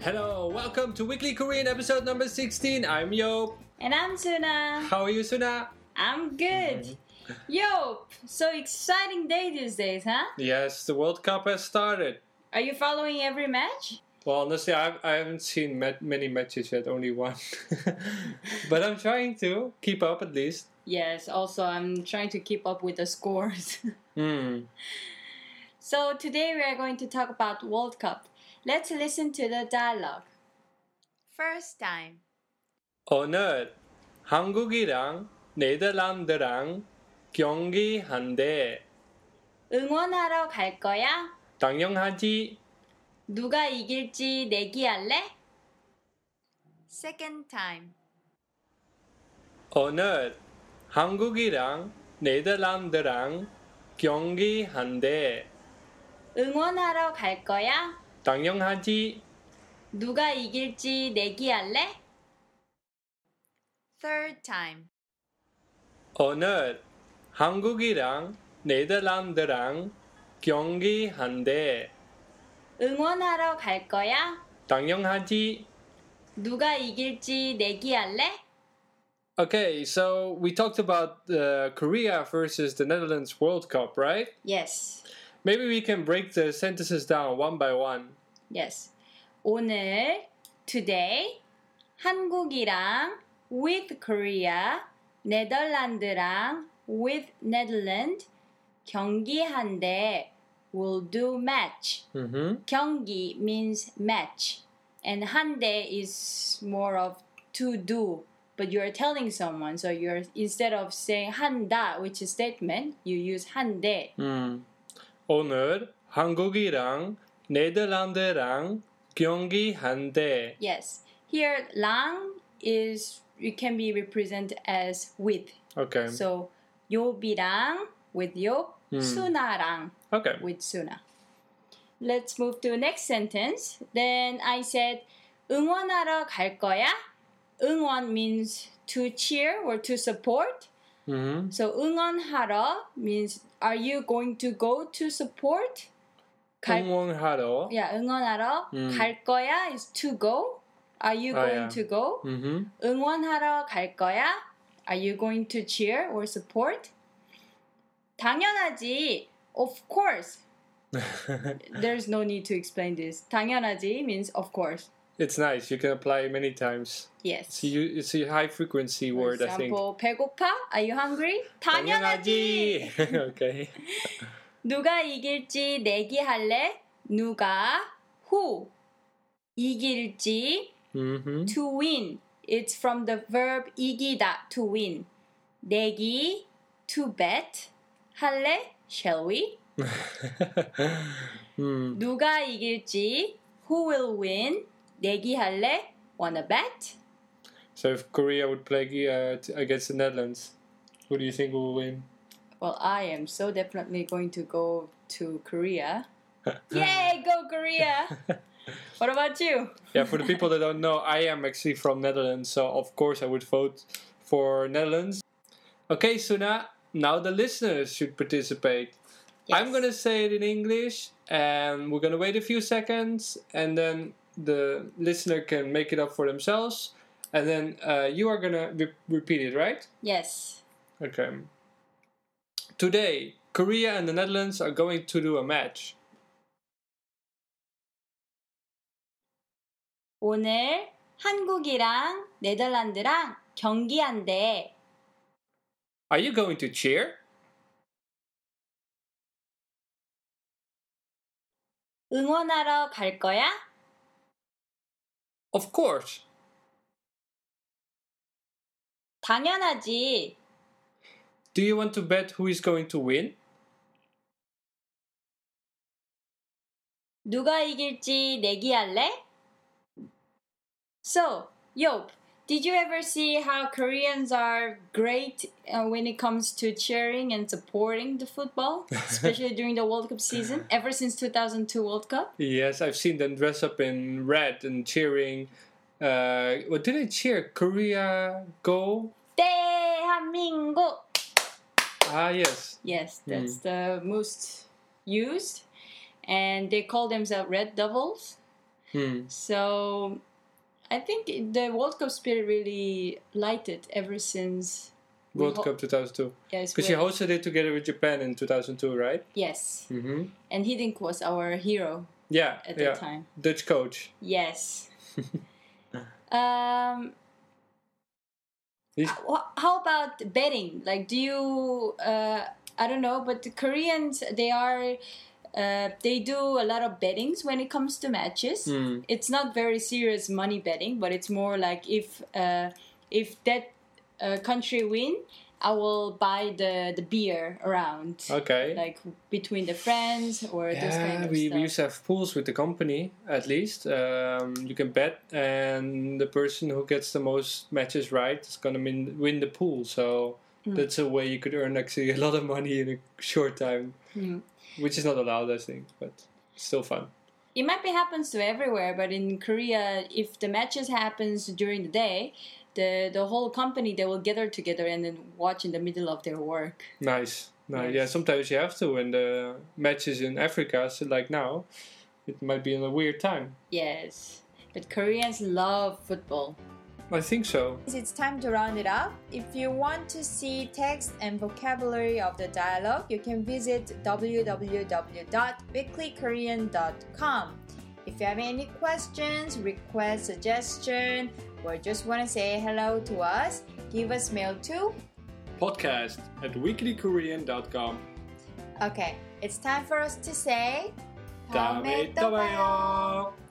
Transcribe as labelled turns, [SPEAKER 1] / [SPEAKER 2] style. [SPEAKER 1] Hello, welcome to Weekly Korean episode number 16. I'm Yop.
[SPEAKER 2] And I'm Suna.
[SPEAKER 1] How are you, Suna?
[SPEAKER 2] I'm good. Yo, so exciting day these days, huh?
[SPEAKER 1] Yes, the World Cup has started.
[SPEAKER 2] Are you following every match?
[SPEAKER 1] Well, honestly, I've, I haven't seen ma- many matches yet, only one. but I'm trying to keep up at least.
[SPEAKER 2] Yes, also I'm trying to keep up with the scores.
[SPEAKER 1] Hmm.
[SPEAKER 2] so today we are going to talk about World Cup. Let's listen to the dialogue. First time.
[SPEAKER 1] 오늘 한국이랑 네덜란드랑 경기한대.
[SPEAKER 2] 응원하러 갈 거야?
[SPEAKER 1] 당연하지.
[SPEAKER 2] 누가 이길지 내기할래? Second time.
[SPEAKER 1] 오늘 한국이랑 네덜란드랑 경기한대.
[SPEAKER 2] 응원하러 갈 거야?
[SPEAKER 1] 당연하지.
[SPEAKER 2] 누가 이길지 내기할래? Third time.
[SPEAKER 1] 오늘 한국이랑 네덜란드랑 경기한대.
[SPEAKER 2] 응원하러 갈 거야?
[SPEAKER 1] 당연하지.
[SPEAKER 2] 누가 이길지 내기할래?
[SPEAKER 1] Okay, so we talked about uh, Korea versus the Netherlands World Cup, right?
[SPEAKER 2] Yes.
[SPEAKER 1] Maybe we can break the sentences down one by one.
[SPEAKER 2] Yes. 오늘 today 한국이랑 with Korea, 네덜란드랑 with Netherland 경기한데 will do match.
[SPEAKER 1] Mm-hmm.
[SPEAKER 2] 경기 means match, and 한대 is more of to do. But you're telling someone, so you're instead of saying 한다, which is statement, you use 한대.
[SPEAKER 1] 음. 오늘 한국이랑 네덜란드랑 경기한대.
[SPEAKER 2] Yes. Here, lang is it can be represented as with.
[SPEAKER 1] Okay.
[SPEAKER 2] So 요비랑 with 요, 수나랑
[SPEAKER 1] okay.
[SPEAKER 2] with Suna. Let's move to next sentence. Then I said, 응원하러 갈 거야? 응원 means to cheer or to support.
[SPEAKER 1] Mm-hmm.
[SPEAKER 2] So 응원하러 means are you going to go to support? 갈-
[SPEAKER 1] 응원하러.
[SPEAKER 2] yeah, 응원하러
[SPEAKER 1] 음.
[SPEAKER 2] 갈 거야 is to go. Are you
[SPEAKER 1] 아,
[SPEAKER 2] going
[SPEAKER 1] yeah.
[SPEAKER 2] to go?
[SPEAKER 1] Mm-hmm.
[SPEAKER 2] 응원하러 갈 거야? Are you going to cheer or support? 당연하지. Of course. There's no need to explain this. 당연하지 means of course.
[SPEAKER 1] It's nice. You can apply it many times.
[SPEAKER 2] Yes.
[SPEAKER 1] It's a, u- it's a high frequency
[SPEAKER 2] For
[SPEAKER 1] word, I think.
[SPEAKER 2] example, 배고파? Are you hungry? 당연하지.
[SPEAKER 1] okay.
[SPEAKER 2] 누가 이길지 내기할래? 누가 who 이길지
[SPEAKER 1] Mm-hmm.
[SPEAKER 2] to win. It's from the verb 이기다 to win. 내기 to bet 할래? Shall we?
[SPEAKER 1] mm.
[SPEAKER 2] 누가 이길지 who will win? 내기할래? Wanna bet?
[SPEAKER 1] So if Korea would play uh, t- against the Netherlands, who do you think will win?
[SPEAKER 2] Well, I am so definitely going to go to Korea. Yay, go Korea! what about you?
[SPEAKER 1] Yeah, for the people that don't know, I am actually from Netherlands, so of course I would vote for Netherlands. Okay, Suna, now the listeners should participate. I'm
[SPEAKER 2] Yes.
[SPEAKER 1] gonna say it in English, and we're gonna wait a few seconds, and then the listener can make it up for themselves, and then uh, you are gonna re- repeat it, right?
[SPEAKER 2] Yes.
[SPEAKER 1] Okay. Today, Korea and the Netherlands are going to do a match.
[SPEAKER 2] 오늘 한국이랑 네덜란드랑 경기한대.
[SPEAKER 1] Are you going to cheer?
[SPEAKER 2] 응원하러 갈 거야?
[SPEAKER 1] Of course.
[SPEAKER 2] 당연하지.
[SPEAKER 1] Do you want to bet who is going to win?
[SPEAKER 2] 누가 이길지 내기할래? So, Yop, did you ever see how Koreans are great uh, when it comes to cheering and supporting the football, especially during the World Cup season, ever since 2002 World Cup?
[SPEAKER 1] Yes, I've seen them dress up in red and cheering. Uh, what did they cheer? Korea go?
[SPEAKER 2] 대한민국!
[SPEAKER 1] Ah, yes.
[SPEAKER 2] Yes, that's the most used. And they call themselves Red Devils.
[SPEAKER 1] Hmm.
[SPEAKER 2] So I think the World Cup spirit really lighted ever since. we
[SPEAKER 1] World
[SPEAKER 2] ho-
[SPEAKER 1] Cup 2002.
[SPEAKER 2] Yes,
[SPEAKER 1] Because
[SPEAKER 2] we-
[SPEAKER 1] you hosted it together with Japan in 2002, right?
[SPEAKER 2] yes.
[SPEAKER 1] Mm-hmm.
[SPEAKER 2] And Hiddink was our hero
[SPEAKER 1] Yeah,
[SPEAKER 2] at
[SPEAKER 1] yeah.
[SPEAKER 2] that time.
[SPEAKER 1] Dutch coach.
[SPEAKER 2] Yes. um,
[SPEAKER 1] He's-
[SPEAKER 2] wh- how about betting? Like, do you? Uh, I don't know, but the Koreans they are. Uh, they do a lot of bettings when it comes to matches.
[SPEAKER 1] Mm.
[SPEAKER 2] It's not very serious money betting, but it's more like if uh, if that uh, country win, I will buy the, the beer around,
[SPEAKER 1] Okay.
[SPEAKER 2] like between the friends or this kind
[SPEAKER 1] yeah,
[SPEAKER 2] of
[SPEAKER 1] we,
[SPEAKER 2] stuff.
[SPEAKER 1] we used to have pools with the company, at least. Um, you can bet, and the person who gets the most matches right is going to win, win the pool. So
[SPEAKER 2] Mm.
[SPEAKER 1] that's a way you could earn actually a lot of money in a short time,
[SPEAKER 2] Mm.
[SPEAKER 1] which is not allowed, I think, but still fun.
[SPEAKER 2] it might be happens to everywhere but in korea if the matches happens during the day the the whole company they will gather together and then watch in the middle of their work
[SPEAKER 1] Nice. nice.
[SPEAKER 2] Nice.
[SPEAKER 1] Yeah, sometimes you have to when the matches in Africa, so like now, it might be in a weird time.
[SPEAKER 2] yes but koreans love football
[SPEAKER 1] I think so.
[SPEAKER 3] It's time to round it up. If you want to see text and vocabulary of the dialogue, you can visit www.weeklykorean.com. If you have any questions, request, suggestion, or just want to say hello to us, give us mail to.
[SPEAKER 1] Podcast at weeklykorean.com.
[SPEAKER 3] Okay, it's time for us to say.
[SPEAKER 1] 다음에
[SPEAKER 3] 다음에 또
[SPEAKER 1] 또
[SPEAKER 3] 봐요.
[SPEAKER 1] 봐요.